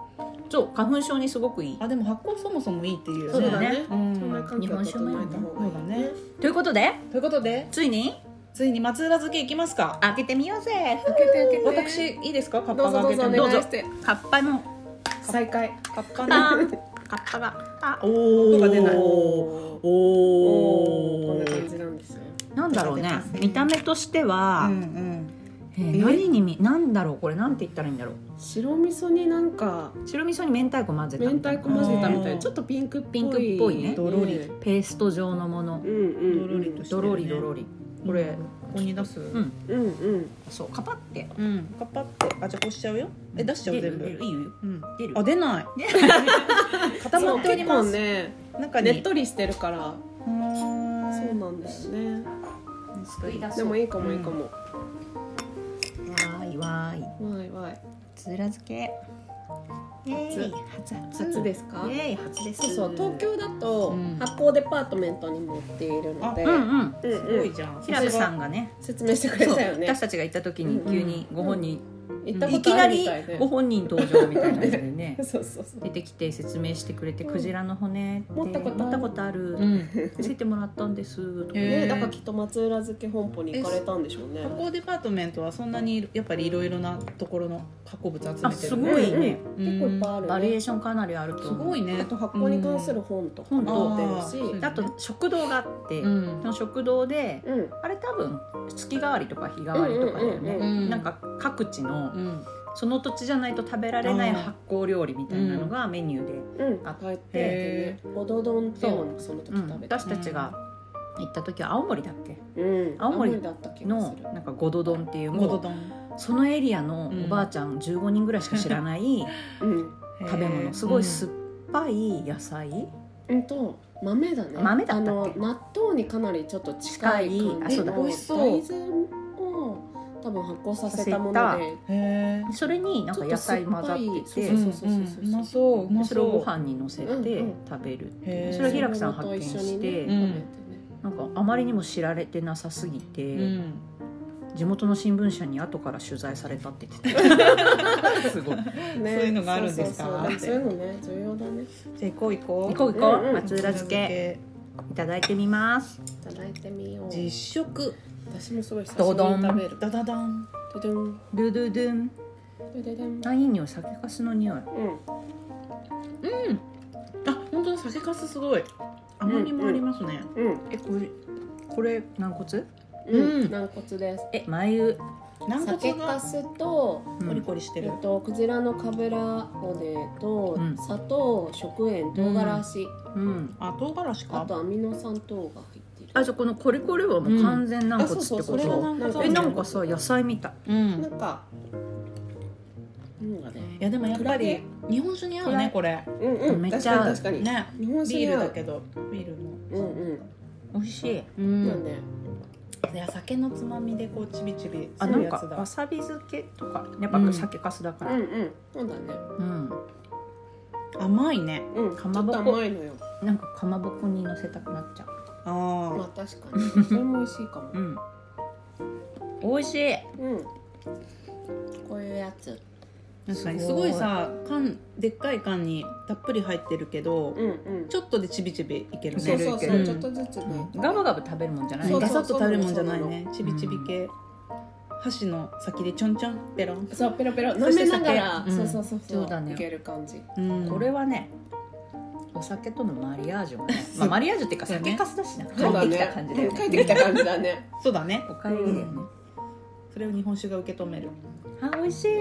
[SPEAKER 1] そう花粉症にすごくいい
[SPEAKER 3] あでも発酵そもそもいいっていうよ
[SPEAKER 1] そうだね
[SPEAKER 3] うん
[SPEAKER 2] 腸内環境を整えた方が
[SPEAKER 3] そ
[SPEAKER 2] いう
[SPEAKER 3] だね
[SPEAKER 1] ということで
[SPEAKER 3] ということで
[SPEAKER 1] ついに
[SPEAKER 3] ついに松浦漬けいきますか
[SPEAKER 1] 開けてみようぜ
[SPEAKER 2] 開けて開けて
[SPEAKER 3] 私いいですかカッ
[SPEAKER 2] ど
[SPEAKER 3] パ
[SPEAKER 2] うぞ
[SPEAKER 3] が
[SPEAKER 2] どう
[SPEAKER 1] どう
[SPEAKER 2] ぞお願
[SPEAKER 3] 開けて
[SPEAKER 2] い
[SPEAKER 1] ぞ
[SPEAKER 2] して
[SPEAKER 1] カッパの
[SPEAKER 2] 再開
[SPEAKER 3] カッパ
[SPEAKER 1] あ
[SPEAKER 3] の
[SPEAKER 1] ーカッパがあ
[SPEAKER 3] おー音が出ない
[SPEAKER 2] おー
[SPEAKER 3] お
[SPEAKER 2] こんな感
[SPEAKER 3] ー
[SPEAKER 2] じなんですよ
[SPEAKER 1] なんだろうね見た目としては
[SPEAKER 3] う、ん
[SPEAKER 1] えー何にみなんだろうこれなんて言ったらいいんだろう
[SPEAKER 2] 白味噌になんか
[SPEAKER 1] 白味噌に明太子混ぜた
[SPEAKER 2] 明
[SPEAKER 1] みたい
[SPEAKER 2] 太
[SPEAKER 1] な
[SPEAKER 2] 子混ぜたみたい
[SPEAKER 3] あー
[SPEAKER 2] なちょっとピンクっぽい
[SPEAKER 1] ピンクっぽいね
[SPEAKER 3] ドロリ
[SPEAKER 1] ペースト状のもの
[SPEAKER 2] うんうん
[SPEAKER 3] ドロリとして
[SPEAKER 1] ド
[SPEAKER 3] るね
[SPEAKER 1] ロリドロリ
[SPEAKER 3] うん
[SPEAKER 1] これ
[SPEAKER 3] ここに出す
[SPEAKER 1] ん
[SPEAKER 2] うんうん
[SPEAKER 1] そうカパって
[SPEAKER 3] うんカッパってあじゃあこうしちゃうよえ出しちゃう
[SPEAKER 1] 出
[SPEAKER 3] 全
[SPEAKER 1] る出
[SPEAKER 3] 部
[SPEAKER 1] るいいよいいよ
[SPEAKER 3] うん
[SPEAKER 1] 出る
[SPEAKER 3] あ出ない
[SPEAKER 1] ね
[SPEAKER 3] 固まっております
[SPEAKER 2] そう結
[SPEAKER 3] 中
[SPEAKER 2] 構ね
[SPEAKER 3] に
[SPEAKER 2] ねっとりしてるから
[SPEAKER 3] うーん
[SPEAKER 2] そうなんだよね
[SPEAKER 1] すくい出
[SPEAKER 2] で
[SPEAKER 1] そう
[SPEAKER 2] も
[SPEAKER 1] わ
[SPEAKER 2] いいかもいいかも
[SPEAKER 1] ーいわーい
[SPEAKER 2] わいわい
[SPEAKER 1] つら漬けイエーイ初初
[SPEAKER 2] 初ですか
[SPEAKER 1] イエーイ初です
[SPEAKER 2] そうそう東京だと
[SPEAKER 3] うん
[SPEAKER 2] 発酵デパートメントにも売っているので
[SPEAKER 1] うんうん
[SPEAKER 2] うん
[SPEAKER 3] すご
[SPEAKER 2] う
[SPEAKER 3] い
[SPEAKER 2] ん
[SPEAKER 3] じゃん
[SPEAKER 1] 平部さんがね
[SPEAKER 2] 説明してくれたよ
[SPEAKER 1] そう
[SPEAKER 2] ね
[SPEAKER 1] 私たちが行った時に急にご本人、
[SPEAKER 2] 行ったこ
[SPEAKER 1] いき
[SPEAKER 2] とあ
[SPEAKER 1] な
[SPEAKER 2] るみ
[SPEAKER 1] り
[SPEAKER 2] たいで
[SPEAKER 1] ご本人登場みたいなので ね
[SPEAKER 2] そうそうそう
[SPEAKER 1] 出てきて説明してくれて「クジラの骨って
[SPEAKER 2] 持ったことある
[SPEAKER 1] 持ったことある」
[SPEAKER 3] うん
[SPEAKER 1] ついてもらったんです」とか、
[SPEAKER 2] ね
[SPEAKER 3] へー
[SPEAKER 2] だからきっと松浦漬け本舗に行かれたんでしょうね
[SPEAKER 3] 加工デパートメントはそんなにやっぱりいろいろなところの加工物集めてる
[SPEAKER 1] あすごいね、
[SPEAKER 3] うん
[SPEAKER 2] 結構いっぱいあるね
[SPEAKER 1] バリエーションかなりあると
[SPEAKER 3] す
[SPEAKER 1] 思う
[SPEAKER 3] ごい
[SPEAKER 2] あ
[SPEAKER 3] ね
[SPEAKER 2] と発酵に関する本とか
[SPEAKER 1] 本と
[SPEAKER 2] も出てるし
[SPEAKER 3] あー
[SPEAKER 1] あと食堂があって、
[SPEAKER 3] うん
[SPEAKER 1] その食堂で
[SPEAKER 2] うん
[SPEAKER 1] あれ多分月替わりとか日替わりとかだよね、
[SPEAKER 2] うんうん
[SPEAKER 3] うんうん
[SPEAKER 1] なんか各地の
[SPEAKER 3] うん
[SPEAKER 1] その土地じゃないと食べられない
[SPEAKER 3] あー
[SPEAKER 1] 発酵料理みたいなのがメニューで、
[SPEAKER 2] うん、
[SPEAKER 1] あ
[SPEAKER 2] 帰って
[SPEAKER 3] へ
[SPEAKER 2] ねおどどんっていうのをその時
[SPEAKER 1] うん
[SPEAKER 2] 食べた、
[SPEAKER 1] 私たちが行った時は青森だっけ
[SPEAKER 2] うん、
[SPEAKER 1] 青森
[SPEAKER 2] だった気が
[SPEAKER 1] の
[SPEAKER 2] する
[SPEAKER 1] なんかゴドドンっていう
[SPEAKER 3] ごど
[SPEAKER 1] も
[SPEAKER 3] どん
[SPEAKER 1] うそのエリアのおばあちゃん15人ぐらいしか知らない
[SPEAKER 2] うん、
[SPEAKER 1] 食べ物すごい酸っ
[SPEAKER 3] っ
[SPEAKER 1] ぱい野菜
[SPEAKER 2] うんと豆だね
[SPEAKER 1] 豆だったっけ
[SPEAKER 2] あの納豆にかなりちょっと近い
[SPEAKER 1] 近い
[SPEAKER 2] 感
[SPEAKER 1] あ
[SPEAKER 2] じ
[SPEAKER 1] そうだ
[SPEAKER 2] の
[SPEAKER 3] 美味しそう
[SPEAKER 2] 大豆を多分発酵させたもので
[SPEAKER 3] へえ
[SPEAKER 1] それになんか野菜混ざっ
[SPEAKER 2] ちょっと
[SPEAKER 1] て
[SPEAKER 2] 酸っぱ
[SPEAKER 1] て
[SPEAKER 2] い
[SPEAKER 1] うん
[SPEAKER 2] そうそうそうそう
[SPEAKER 3] うまそううまそう
[SPEAKER 1] それをご飯にのせて
[SPEAKER 2] うんうん
[SPEAKER 1] 食べるって
[SPEAKER 3] へ
[SPEAKER 1] いう
[SPEAKER 3] ー
[SPEAKER 1] それを平木さん発見して、
[SPEAKER 3] それも
[SPEAKER 1] なんかあまりにも知られてなさすぎ
[SPEAKER 3] う
[SPEAKER 1] て、
[SPEAKER 3] ん
[SPEAKER 1] 地元の新聞社に後から取材されたって言ってたすごい
[SPEAKER 2] ね
[SPEAKER 3] そういうのがあるんですか
[SPEAKER 2] そうそうそうそういうのね重要だね
[SPEAKER 3] じゃあ行こう行こう
[SPEAKER 1] 行こう行こう、
[SPEAKER 2] うんうん
[SPEAKER 1] 松浦漬けいただいてみます
[SPEAKER 2] いただいてみよう
[SPEAKER 3] 実食
[SPEAKER 2] 私もすごい久しぶ
[SPEAKER 1] ど
[SPEAKER 2] り
[SPEAKER 1] どん
[SPEAKER 2] に食べる
[SPEAKER 3] ダダダン
[SPEAKER 2] どどん
[SPEAKER 1] ルルルン
[SPEAKER 2] どどどん
[SPEAKER 1] あいい匂い酒粕の匂い
[SPEAKER 2] うん
[SPEAKER 3] あ本当に酒粕すごい甘みもありますね、
[SPEAKER 2] うん
[SPEAKER 3] えこれこれ
[SPEAKER 1] 軟骨
[SPEAKER 2] うん、
[SPEAKER 3] うん
[SPEAKER 2] 軟骨です
[SPEAKER 1] え眉
[SPEAKER 3] 軟
[SPEAKER 2] 酒
[SPEAKER 3] 骨が
[SPEAKER 2] 粕と、
[SPEAKER 1] うん
[SPEAKER 3] コリコリして
[SPEAKER 2] え
[SPEAKER 3] る、
[SPEAKER 2] っと、クジラのカブラ骨と、
[SPEAKER 1] うん
[SPEAKER 2] 砂糖食塩唐辛子、
[SPEAKER 1] うん
[SPEAKER 3] あ唐辛子
[SPEAKER 2] あ
[SPEAKER 3] か
[SPEAKER 2] とアミノ酸等が入ってる
[SPEAKER 1] あじゃあこのコリコリはもう完全軟骨ってこ
[SPEAKER 3] あ
[SPEAKER 1] と、
[SPEAKER 3] そうそうそれが軟骨
[SPEAKER 1] えなんかさ野菜みたい
[SPEAKER 3] うん
[SPEAKER 2] なんかなんかね
[SPEAKER 3] いやでもやっぱり日本酒に合うねこれ
[SPEAKER 2] うんうん
[SPEAKER 1] めっちゃ合う
[SPEAKER 2] 確かに確か
[SPEAKER 3] ね
[SPEAKER 2] に日本酒
[SPEAKER 3] ビールだ
[SPEAKER 2] ど
[SPEAKER 3] けどビールも
[SPEAKER 2] うんうん
[SPEAKER 1] 美味しい
[SPEAKER 3] うん
[SPEAKER 2] なんで
[SPEAKER 3] いや酒のつまみでこうちびちび
[SPEAKER 1] あ
[SPEAKER 3] す
[SPEAKER 1] な
[SPEAKER 3] る
[SPEAKER 1] ん
[SPEAKER 3] や
[SPEAKER 1] か
[SPEAKER 3] つ
[SPEAKER 1] わ
[SPEAKER 3] だ
[SPEAKER 1] さび漬けとかやっ
[SPEAKER 3] う
[SPEAKER 1] ぱ
[SPEAKER 3] ん
[SPEAKER 1] 酒粕だか
[SPEAKER 2] う
[SPEAKER 1] ら
[SPEAKER 2] んうんそうだね
[SPEAKER 1] うん、
[SPEAKER 3] 甘いね
[SPEAKER 2] うん
[SPEAKER 1] かまぼ
[SPEAKER 2] ち
[SPEAKER 1] こ
[SPEAKER 2] ょっと甘いのよ
[SPEAKER 1] なんかかまぼこにのせたくなっちゃう
[SPEAKER 3] あ
[SPEAKER 2] まあ確かにそれも美味しいかも
[SPEAKER 1] うん美味しい
[SPEAKER 2] うんこういうやつ
[SPEAKER 3] 確かに
[SPEAKER 1] す
[SPEAKER 3] す
[SPEAKER 1] ご
[SPEAKER 3] ご
[SPEAKER 1] い
[SPEAKER 3] いさ缶でっかい缶にたっぷり入ってるけど、
[SPEAKER 2] うんうん
[SPEAKER 3] ちょっとでちびちびいけるね
[SPEAKER 2] そうそう
[SPEAKER 1] いけ
[SPEAKER 2] そ
[SPEAKER 1] る
[SPEAKER 2] う
[SPEAKER 1] いけ
[SPEAKER 2] ち
[SPEAKER 1] る
[SPEAKER 2] ょっとずつね
[SPEAKER 1] ガバガバ食べるもんじゃない
[SPEAKER 2] そう
[SPEAKER 3] ガサッと食べるもんじゃないねち
[SPEAKER 1] うな
[SPEAKER 3] び
[SPEAKER 1] の
[SPEAKER 3] ちび系、箸の先でちょんちょんペロン、
[SPEAKER 2] そうペロペロ
[SPEAKER 3] そ
[SPEAKER 2] 舐
[SPEAKER 3] し
[SPEAKER 2] め
[SPEAKER 3] て
[SPEAKER 2] な
[SPEAKER 3] 酒
[SPEAKER 2] がら、
[SPEAKER 1] うん
[SPEAKER 2] そうそうそう
[SPEAKER 1] そうだね
[SPEAKER 2] いける感じ
[SPEAKER 3] うん
[SPEAKER 1] これはねお酒とのマリアージュがね、まあ、マリアージュっていうか酒粕だしな、
[SPEAKER 2] そうだ
[SPEAKER 1] 帰って
[SPEAKER 2] ね
[SPEAKER 1] きた感じだよね
[SPEAKER 2] 帰ってきた感じだね
[SPEAKER 3] そうだね
[SPEAKER 1] おかえりだよね、
[SPEAKER 3] それを日本酒が受け止める
[SPEAKER 1] あ美味し い、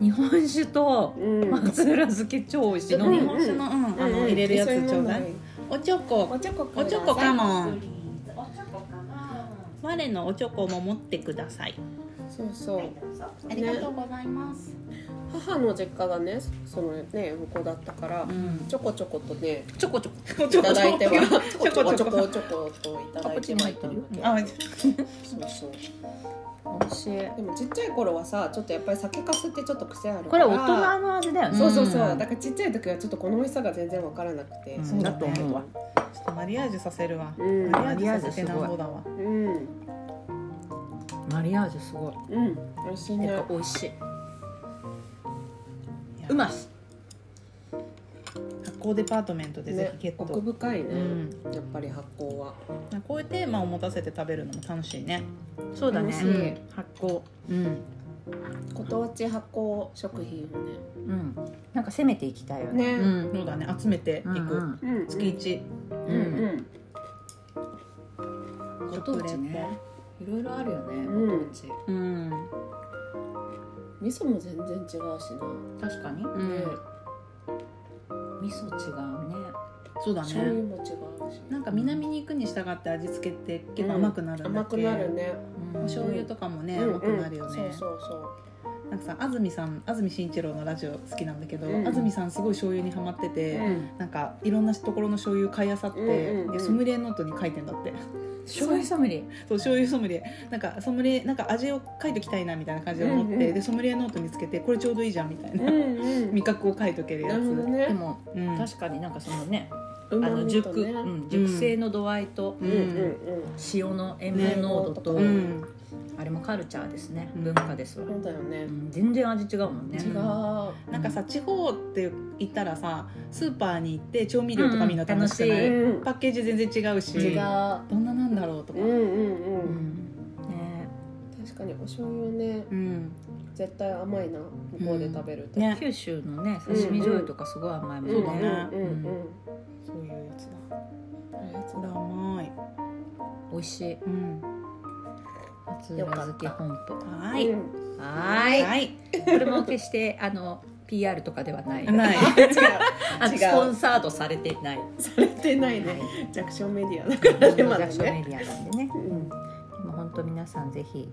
[SPEAKER 1] 日本酒と
[SPEAKER 2] うんうん
[SPEAKER 1] 松浦漬け超美味しい
[SPEAKER 2] うん
[SPEAKER 1] 飲
[SPEAKER 3] 日
[SPEAKER 1] み物
[SPEAKER 3] 本酒の,、うんあの入れるやつちょうだいおちょこ
[SPEAKER 2] おちょこ
[SPEAKER 3] おちょこカモン
[SPEAKER 1] おちょこかな
[SPEAKER 3] 我のおちょこも持ってください
[SPEAKER 2] そうそう
[SPEAKER 1] ありがとうございます、
[SPEAKER 2] 母の実家がねそのね向こうだったから
[SPEAKER 3] うん
[SPEAKER 2] ちょこちょことね
[SPEAKER 1] ちょこちょこ
[SPEAKER 3] おち
[SPEAKER 2] いただいては
[SPEAKER 3] ちょこ
[SPEAKER 2] お
[SPEAKER 3] ち
[SPEAKER 2] ち
[SPEAKER 3] ょ
[SPEAKER 2] ょ
[SPEAKER 3] こ
[SPEAKER 2] こちょこといただいてはいたんだけど
[SPEAKER 3] あ
[SPEAKER 2] そうそう
[SPEAKER 1] 美味しい
[SPEAKER 2] でもちっちゃい頃はさちょっとやっぱり酒粕ってちょっと癖ある
[SPEAKER 1] こ
[SPEAKER 2] か
[SPEAKER 1] れ
[SPEAKER 2] ら
[SPEAKER 1] 大人の味だよね
[SPEAKER 2] そうそうそう
[SPEAKER 1] うん
[SPEAKER 2] だからちっちゃい時はちょっとこの美味しさが全然わからなくて
[SPEAKER 1] うん
[SPEAKER 3] そうだ
[SPEAKER 1] だ
[SPEAKER 3] ね
[SPEAKER 1] と思うわ
[SPEAKER 3] ちょっとマリアージュさせるわ
[SPEAKER 2] うん
[SPEAKER 3] マリアージュさせてなんぼだわ
[SPEAKER 2] うん
[SPEAKER 1] マリアージュすごい
[SPEAKER 2] うん美味しい
[SPEAKER 1] な
[SPEAKER 2] ね
[SPEAKER 1] んか美味しいうまし
[SPEAKER 3] 発酵デパートメントでぜ
[SPEAKER 2] ね
[SPEAKER 3] ひゲット、
[SPEAKER 2] 奥深いね、
[SPEAKER 3] うん
[SPEAKER 2] やっぱり発酵は
[SPEAKER 3] こういうテーマを持たせて食べるのも楽しいね
[SPEAKER 1] そうだね
[SPEAKER 2] 美味し
[SPEAKER 3] う
[SPEAKER 2] い
[SPEAKER 3] ん
[SPEAKER 1] 発酵
[SPEAKER 3] うん
[SPEAKER 2] ご当地発酵食品をね
[SPEAKER 1] うんなんか攻めていきたいよね
[SPEAKER 2] ね
[SPEAKER 1] うん
[SPEAKER 3] そうだね集めていく、
[SPEAKER 1] うん
[SPEAKER 2] うん
[SPEAKER 3] 月一
[SPEAKER 1] う
[SPEAKER 2] うん
[SPEAKER 1] うん
[SPEAKER 2] ん
[SPEAKER 1] ご当地ねいろいろあるよね
[SPEAKER 2] うん
[SPEAKER 1] ご当地
[SPEAKER 3] うん、
[SPEAKER 2] 味噌も全然違うし
[SPEAKER 1] 確かに
[SPEAKER 3] う
[SPEAKER 2] な、ね
[SPEAKER 3] ん、
[SPEAKER 1] 味噌違うね
[SPEAKER 3] そうだ
[SPEAKER 2] 醤油も
[SPEAKER 3] ね
[SPEAKER 2] 違うし
[SPEAKER 3] なんか南に行くに従って味付けって結構甘くなるんだ
[SPEAKER 2] 甘
[SPEAKER 3] っけ、
[SPEAKER 2] くなるね
[SPEAKER 1] う
[SPEAKER 3] お
[SPEAKER 1] ん
[SPEAKER 3] 醤油とかもね、
[SPEAKER 2] うん
[SPEAKER 3] 甘くなるよね、
[SPEAKER 2] うんそうそう
[SPEAKER 3] なんかさ安住さん安住紳一郎のラジオ好きなんだけど、
[SPEAKER 2] うん
[SPEAKER 3] 安住さんすごい醤油にハマってて、
[SPEAKER 2] うん
[SPEAKER 3] なんかいろんなところの醤油買いあさって、
[SPEAKER 2] うんうんうん
[SPEAKER 3] でソムリエノートに書いてんだって
[SPEAKER 1] 醤油サムリ
[SPEAKER 3] そう醤油ソムリエなんかソムリエなんか味を書いときたいなみたいな感じで思って、
[SPEAKER 2] うんうん
[SPEAKER 3] でソムリエノートにつけてこれちょうどいいじゃんみたい
[SPEAKER 2] そう
[SPEAKER 3] な、
[SPEAKER 2] うん うん
[SPEAKER 3] 味覚を書いとける
[SPEAKER 2] な
[SPEAKER 3] やつ、
[SPEAKER 2] るほど
[SPEAKER 1] で
[SPEAKER 2] ね
[SPEAKER 1] も
[SPEAKER 3] うん、
[SPEAKER 1] 確かになんかそのね
[SPEAKER 2] あ
[SPEAKER 1] あの熟
[SPEAKER 2] ね
[SPEAKER 1] う
[SPEAKER 2] うん
[SPEAKER 1] ん熟成の度合いと
[SPEAKER 3] う
[SPEAKER 2] うんんうん
[SPEAKER 1] 塩の塩分濃度と
[SPEAKER 2] ね
[SPEAKER 3] うん
[SPEAKER 1] あれもカルチャーですね
[SPEAKER 3] うん
[SPEAKER 1] 文化ですわ
[SPEAKER 2] そうだよね
[SPEAKER 1] うん全然味違うもんね
[SPEAKER 2] 違う
[SPEAKER 3] なんかさ地方って行ったらさスーパーに行って調味料とかみんな楽しく
[SPEAKER 1] う
[SPEAKER 3] ない、
[SPEAKER 2] うん
[SPEAKER 3] パッケージ全然違う
[SPEAKER 1] 違
[SPEAKER 3] し
[SPEAKER 1] う
[SPEAKER 2] 違
[SPEAKER 3] どんななんだろうとか、
[SPEAKER 2] ううんうん
[SPEAKER 1] う
[SPEAKER 2] うん
[SPEAKER 1] んね
[SPEAKER 2] 確かにお醤油ね
[SPEAKER 3] うん
[SPEAKER 2] 絶対甘いな向こうで食べると
[SPEAKER 3] ね
[SPEAKER 1] 九州のね刺身醤油とかすごい甘いも
[SPEAKER 2] うんんうん
[SPEAKER 1] ね
[SPEAKER 2] うんうん
[SPEAKER 3] そういうやつだ
[SPEAKER 2] これやつ
[SPEAKER 3] これ
[SPEAKER 2] だ
[SPEAKER 3] 甘い、
[SPEAKER 1] 美味しい
[SPEAKER 3] うん、
[SPEAKER 1] う松浦漬け本舗
[SPEAKER 3] は
[SPEAKER 2] う
[SPEAKER 3] い
[SPEAKER 2] ん
[SPEAKER 1] はーい
[SPEAKER 3] はい
[SPEAKER 1] これも決してあの PR とかではない
[SPEAKER 3] ない
[SPEAKER 1] あの
[SPEAKER 3] 違う
[SPEAKER 1] スポンサードされてない
[SPEAKER 2] されてないね弱小メディアだからねまだ
[SPEAKER 1] 雑誌のメ
[SPEAKER 2] ね、
[SPEAKER 1] ディアなんでね、
[SPEAKER 2] う
[SPEAKER 1] うんん、で、も本当皆さんぜひ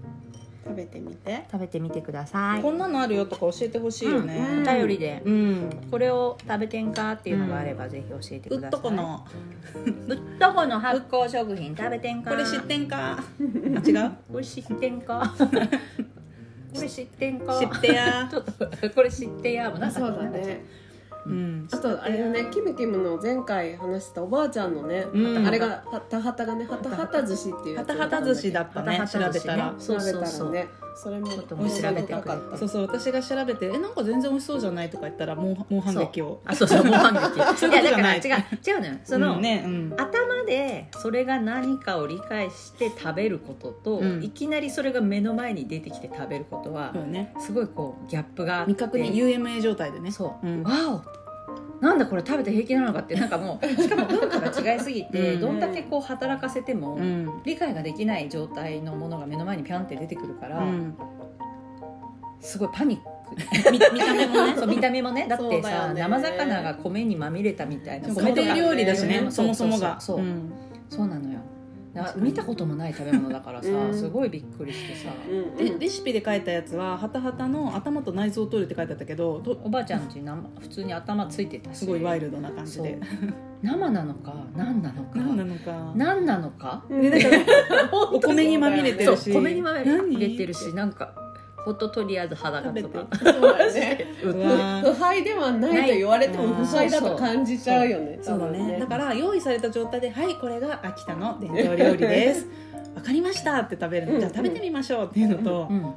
[SPEAKER 2] 食べてみて
[SPEAKER 1] 食べてみてください
[SPEAKER 3] こんなのあるよとか教えてほしいよ
[SPEAKER 1] うんお
[SPEAKER 3] ね
[SPEAKER 1] 便りで、
[SPEAKER 3] うん
[SPEAKER 1] これを食べてんかっていうのがあればぜひ教えて
[SPEAKER 3] う
[SPEAKER 1] くだ
[SPEAKER 3] っ
[SPEAKER 1] さ
[SPEAKER 3] と
[SPEAKER 1] い、
[SPEAKER 3] この
[SPEAKER 1] うっとこの発酵食品食べてんか
[SPEAKER 3] これ知ってんか違う
[SPEAKER 1] これ知ってんかこれ知ってんか
[SPEAKER 3] 知ってや
[SPEAKER 1] ちょっとこれ知ってやもうなんか
[SPEAKER 2] そうだね
[SPEAKER 3] うん
[SPEAKER 2] ちょっとあれだねキムキムの前回話したおばあちゃんのね、
[SPEAKER 3] うん
[SPEAKER 2] あれがはたはたがねはたはた寿司っていう
[SPEAKER 3] は
[SPEAKER 2] やつだ
[SPEAKER 3] た
[SPEAKER 2] ったんだ
[SPEAKER 3] はた
[SPEAKER 2] けど
[SPEAKER 3] 寿司だったね
[SPEAKER 1] はた
[SPEAKER 3] 調
[SPEAKER 1] はた
[SPEAKER 3] べ
[SPEAKER 1] 寿司ね
[SPEAKER 3] た
[SPEAKER 2] 調べた
[SPEAKER 3] ら
[SPEAKER 2] らね
[SPEAKER 1] そうそう
[SPEAKER 2] それも
[SPEAKER 1] ちょっとも調べてくれ
[SPEAKER 2] かった
[SPEAKER 3] そうそう私が調べて「えなんか全然美味しそうじゃない」とか言ったらもう猛反撃を
[SPEAKER 1] あそうそうもう反撃
[SPEAKER 3] そう
[SPEAKER 1] い
[SPEAKER 3] いう
[SPEAKER 1] やだ
[SPEAKER 3] ことじゃ
[SPEAKER 1] から
[SPEAKER 3] な
[SPEAKER 1] 違
[SPEAKER 3] いう
[SPEAKER 1] 違うのよその、
[SPEAKER 3] うんねうん
[SPEAKER 1] 頭でそれが何かを理解して食べることと、
[SPEAKER 3] うん
[SPEAKER 1] いきなりそれが目の前に出てきて食べることは
[SPEAKER 3] そう、よね
[SPEAKER 1] すごいこうギャップがあって
[SPEAKER 3] 味覚に UMA 状態でね
[SPEAKER 1] そう、
[SPEAKER 3] うん
[SPEAKER 1] わおなんだこれ食べて平気なのかってなんか もうしかも文化が違いすぎて、
[SPEAKER 3] うん
[SPEAKER 1] どんだけこう働かせても、
[SPEAKER 3] うん
[SPEAKER 1] 理解ができない状態のものが目の前にピャンって出てくるから、
[SPEAKER 3] うん
[SPEAKER 1] すごいパニック
[SPEAKER 3] 見見た目もね
[SPEAKER 1] そう見た目もねだって
[SPEAKER 2] そうだ
[SPEAKER 1] さ
[SPEAKER 2] よね
[SPEAKER 1] 生魚が米にまみれたみたいな
[SPEAKER 3] そう
[SPEAKER 1] 米と
[SPEAKER 3] 家
[SPEAKER 1] か
[SPEAKER 3] 庭料理だし
[SPEAKER 2] う
[SPEAKER 3] ね
[SPEAKER 2] ん
[SPEAKER 3] そもそもが
[SPEAKER 1] そうそうそう
[SPEAKER 3] うん
[SPEAKER 1] そうなのよだから見たこともない食べ物だからさ、
[SPEAKER 2] うん
[SPEAKER 1] すごいびっくりしてさ、
[SPEAKER 2] うんうん
[SPEAKER 3] でレシピで書いたやつはハタハタの頭と内臓を取るって書いてあったけどと
[SPEAKER 1] おばあちゃんちな普通に頭ついてたし
[SPEAKER 3] すごいワイルドな感じで
[SPEAKER 1] そう生なのか何なのか
[SPEAKER 3] 何なのか
[SPEAKER 1] 何なのか
[SPEAKER 2] うんなんか
[SPEAKER 3] お米にまみれて
[SPEAKER 1] そう
[SPEAKER 3] るし
[SPEAKER 1] 米にまみれ
[SPEAKER 3] 何
[SPEAKER 1] 入れてるしなんかほっととりあえず裸とか
[SPEAKER 2] そうだよね
[SPEAKER 3] う
[SPEAKER 2] 不
[SPEAKER 3] わ
[SPEAKER 2] 不敗ではないと言われても不敗だと感じちゃうよね。
[SPEAKER 3] そうだねだからら用意された状態で「はいこれが秋田の伝統料理 です」「わかりました」って食べるの、
[SPEAKER 2] うん
[SPEAKER 3] じゃあ食べてみましょうっていうのと、
[SPEAKER 1] うんは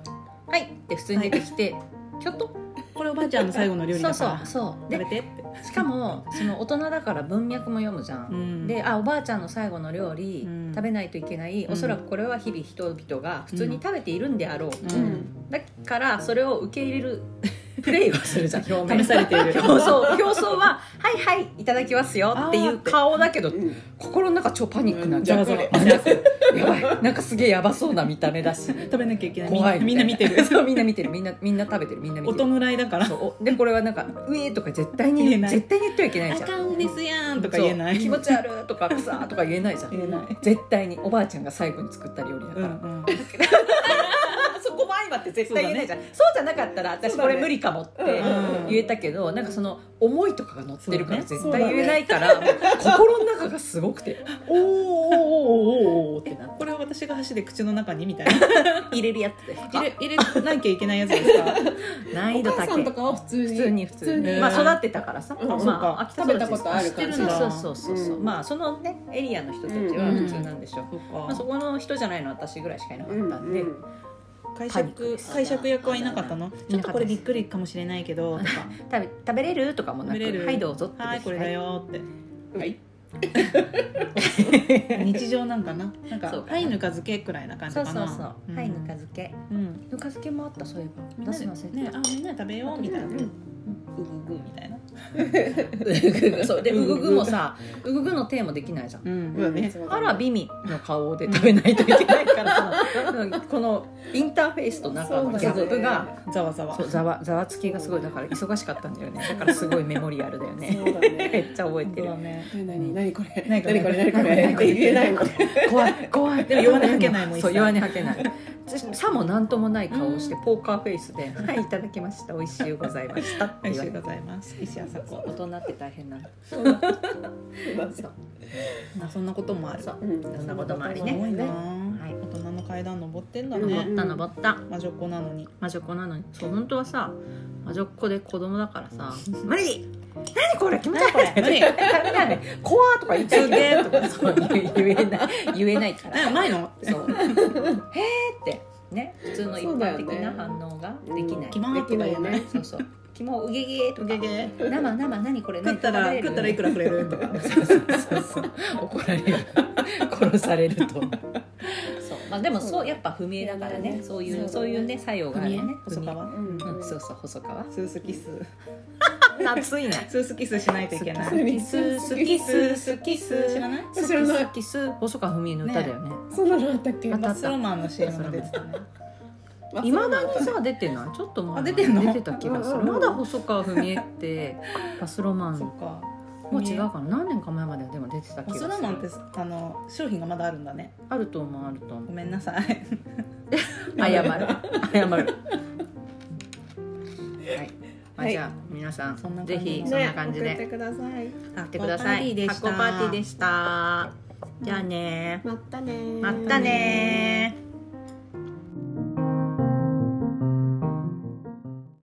[SPEAKER 1] いって普通に出てきてきょっと
[SPEAKER 3] これおばあちゃんの最後の料理
[SPEAKER 1] そ
[SPEAKER 3] だ
[SPEAKER 1] う
[SPEAKER 3] か
[SPEAKER 1] そう
[SPEAKER 3] ら
[SPEAKER 1] そう
[SPEAKER 3] 食べ
[SPEAKER 1] で
[SPEAKER 3] てって、
[SPEAKER 1] しかもその大人だから文脈も読むじゃん、
[SPEAKER 3] ん
[SPEAKER 1] であおばあちゃんの最後の料理、
[SPEAKER 3] うん
[SPEAKER 1] 食べないといけない
[SPEAKER 3] うん
[SPEAKER 1] おそらくこれは日々人々が普通に食べているんであろう、
[SPEAKER 3] う
[SPEAKER 2] うん
[SPEAKER 3] ん、
[SPEAKER 1] だからそれを受け入れ るプレイをするじゃん表面
[SPEAKER 3] 試されてい る
[SPEAKER 1] 表層表層は「はいはいいただきますよ」っていう顔だけど心の中超パニックなんじゃん、
[SPEAKER 3] うん ざわざ
[SPEAKER 1] あなんかやばいなんかすげえやばそうな見た目だし
[SPEAKER 3] 食べなきゃいけない
[SPEAKER 1] 怖い
[SPEAKER 3] みんなみんな見て る
[SPEAKER 1] そうみんな見てるみんなみんな食べてるみんな見
[SPEAKER 3] お
[SPEAKER 1] てる
[SPEAKER 3] 弔いだから
[SPEAKER 1] そうおでこれはなんか「うえ」とか絶対
[SPEAKER 3] 言え
[SPEAKER 1] に
[SPEAKER 3] ない
[SPEAKER 1] 絶対に言ってはいけ
[SPEAKER 3] 「
[SPEAKER 1] ないじ
[SPEAKER 3] あ
[SPEAKER 1] ゃん
[SPEAKER 3] かんですやん」とか言えない
[SPEAKER 1] そう気持ち悪いとかくさーとか言えないじゃん
[SPEAKER 3] 言えない
[SPEAKER 1] 絶対におばあちゃんが最後に作った料理だか
[SPEAKER 3] うん
[SPEAKER 1] ら、
[SPEAKER 3] うん
[SPEAKER 1] そこも相まって絶対言えないじゃんそう,、じゃなかったら私
[SPEAKER 2] そうだ
[SPEAKER 1] こ
[SPEAKER 2] ね
[SPEAKER 1] れ無理かもって
[SPEAKER 3] うん
[SPEAKER 1] 言えたけど、なんかその思いとかが乗ってるから
[SPEAKER 3] そう
[SPEAKER 2] ね
[SPEAKER 1] 絶対言えないから、心の中がすごくて「おーおーおーおーおーおーってなって
[SPEAKER 3] これは私が箸で口の中にみたいな
[SPEAKER 1] 入れるやつです
[SPEAKER 3] 入れ入れなきゃいけないやつですか
[SPEAKER 1] 難
[SPEAKER 2] お
[SPEAKER 1] 易度
[SPEAKER 2] 母
[SPEAKER 1] 高
[SPEAKER 2] さん
[SPEAKER 1] い
[SPEAKER 2] とかは普通に
[SPEAKER 1] 普通に普通に、
[SPEAKER 3] 普通に
[SPEAKER 1] まあ育ってたからさ、
[SPEAKER 2] うん
[SPEAKER 1] ま
[SPEAKER 2] そう
[SPEAKER 3] か
[SPEAKER 1] あ、秋田
[SPEAKER 2] 食べたことある
[SPEAKER 1] 育ちです
[SPEAKER 3] から
[SPEAKER 1] そうそうそうそう、
[SPEAKER 2] うん
[SPEAKER 1] まあそのねエリアの人たちは普通なんでしょう、
[SPEAKER 3] そう
[SPEAKER 1] まあ、そ
[SPEAKER 3] か
[SPEAKER 1] この人じゃないのは私ぐらいしかいなかったんで、
[SPEAKER 3] 解
[SPEAKER 1] パニックで
[SPEAKER 3] 釈
[SPEAKER 1] す
[SPEAKER 3] 解釈役はいなかったのちょっとこれびっくりかもしれないけ どとか
[SPEAKER 1] 食べ食べれるとかもな
[SPEAKER 3] 食べれ
[SPEAKER 1] く
[SPEAKER 3] る
[SPEAKER 1] はいどうぞって
[SPEAKER 3] はいこれだよって
[SPEAKER 2] はい
[SPEAKER 3] 日常なんかななんか
[SPEAKER 1] そうかな
[SPEAKER 3] はいぬか漬けくらいな感じ
[SPEAKER 1] そ
[SPEAKER 3] か
[SPEAKER 1] う
[SPEAKER 3] な
[SPEAKER 1] そうそう、
[SPEAKER 3] ん
[SPEAKER 1] はいぬか漬け
[SPEAKER 3] うん
[SPEAKER 1] ぬか漬けもあったそういえ
[SPEAKER 3] みん
[SPEAKER 1] ば出
[SPEAKER 3] な
[SPEAKER 1] す
[SPEAKER 3] で
[SPEAKER 1] の忘
[SPEAKER 3] ね
[SPEAKER 1] れて
[SPEAKER 3] あみんなで食べようみたいな
[SPEAKER 2] う
[SPEAKER 3] うんぐぐみたいな
[SPEAKER 1] た そうでうぐぐもさうぐぐのテーマできないじゃん
[SPEAKER 3] うん
[SPEAKER 2] うん
[SPEAKER 3] ね
[SPEAKER 1] あら美味の顔で食べない といけないからさこのインターフェースと中のギャップが
[SPEAKER 3] ざわざわ
[SPEAKER 1] そうざわざわつきがすごいだから忙しかったんだよねだからすごいメモリアルだよ
[SPEAKER 2] そ
[SPEAKER 1] ね
[SPEAKER 2] うだ
[SPEAKER 1] め
[SPEAKER 2] ね
[SPEAKER 1] っちゃ覚えて
[SPEAKER 3] 本当
[SPEAKER 1] る
[SPEAKER 3] だね
[SPEAKER 2] 何何これ何
[SPEAKER 3] 何
[SPEAKER 2] こ
[SPEAKER 3] こ
[SPEAKER 2] れ何
[SPEAKER 3] れ
[SPEAKER 2] これって言えないの
[SPEAKER 1] 怖い怖い
[SPEAKER 3] でも弱音吐けないもん
[SPEAKER 1] そう
[SPEAKER 3] 一切
[SPEAKER 1] 弱音吐けないさも何ともない顔をしてポーカーフェイスで「はいいただきました美味しゅうございました」って
[SPEAKER 3] 美
[SPEAKER 1] 言
[SPEAKER 3] 味
[SPEAKER 1] われ
[SPEAKER 3] しゅう
[SPEAKER 1] て
[SPEAKER 3] ございます石朝子
[SPEAKER 1] 大人って大変なの
[SPEAKER 2] そう
[SPEAKER 3] まあそんなこともある
[SPEAKER 1] そう
[SPEAKER 2] うん
[SPEAKER 1] そんなこともあり
[SPEAKER 3] 多いな
[SPEAKER 1] ねはい
[SPEAKER 3] 大人の階段登ってんだ
[SPEAKER 1] 登
[SPEAKER 3] ね
[SPEAKER 1] った登った
[SPEAKER 3] 魔女っ子なのに
[SPEAKER 1] 魔女っ子なのにそう本当はさ魔女っ子で子供だからさ「無理何これ気持ち悪い!」
[SPEAKER 3] 無理
[SPEAKER 1] 「怖」とか言っちゃうねとかそう言えない言えないから
[SPEAKER 3] えうまいの
[SPEAKER 1] そうへーってね普通の一般的な反応ができない、
[SPEAKER 3] そうだよねうん
[SPEAKER 1] できないよねそうそう「肝うげげ」と
[SPEAKER 3] う
[SPEAKER 1] か
[SPEAKER 3] げげ
[SPEAKER 1] 「生生何これ
[SPEAKER 3] 食
[SPEAKER 1] 何
[SPEAKER 3] ったら食ったらいくらくれるとか
[SPEAKER 1] そうそうそうそう怒られる殺されると そう、まあ、でもそうやっぱ不明だからねそういうそういうね作用があるよね
[SPEAKER 3] 細川
[SPEAKER 2] うん
[SPEAKER 1] うん、そうそう細川
[SPEAKER 3] スースキス
[SPEAKER 1] 夏いね
[SPEAKER 3] スースキスしないといけない
[SPEAKER 1] スースースキスースキスー
[SPEAKER 3] 知らない
[SPEAKER 1] ス
[SPEAKER 2] 知らない
[SPEAKER 1] ーキスー細川文江の歌だよね
[SPEAKER 2] そんなのあったっけ
[SPEAKER 1] あった
[SPEAKER 3] バスロマンの CM が出てたね
[SPEAKER 1] いまだにさ出てないちょっと前
[SPEAKER 3] あ出てんの
[SPEAKER 1] 出てた気がする、
[SPEAKER 2] うんうんうん
[SPEAKER 1] まだ細川文江ってバスロマ
[SPEAKER 3] そ
[SPEAKER 1] ン
[SPEAKER 3] っか
[SPEAKER 1] もう違うかな何年か前まではでも出てた気が
[SPEAKER 3] バ
[SPEAKER 1] す
[SPEAKER 3] ス
[SPEAKER 1] る
[SPEAKER 3] ロマンってあの商品がまだあるんだね
[SPEAKER 1] あると思うあると思
[SPEAKER 3] ご
[SPEAKER 1] う
[SPEAKER 3] めんなさい
[SPEAKER 1] 謝る謝る はい、まあ、
[SPEAKER 2] はい
[SPEAKER 1] じゃあ皆さん
[SPEAKER 3] そんな感じ
[SPEAKER 1] ぜ
[SPEAKER 3] の
[SPEAKER 1] ひ
[SPEAKER 3] ね
[SPEAKER 1] そんな感じ
[SPEAKER 2] 送っ
[SPEAKER 1] で
[SPEAKER 2] てください
[SPEAKER 3] あ
[SPEAKER 1] 来てください
[SPEAKER 3] でした
[SPEAKER 1] 発酵パーティーでしたじゃあね
[SPEAKER 2] まったねー
[SPEAKER 1] まったねー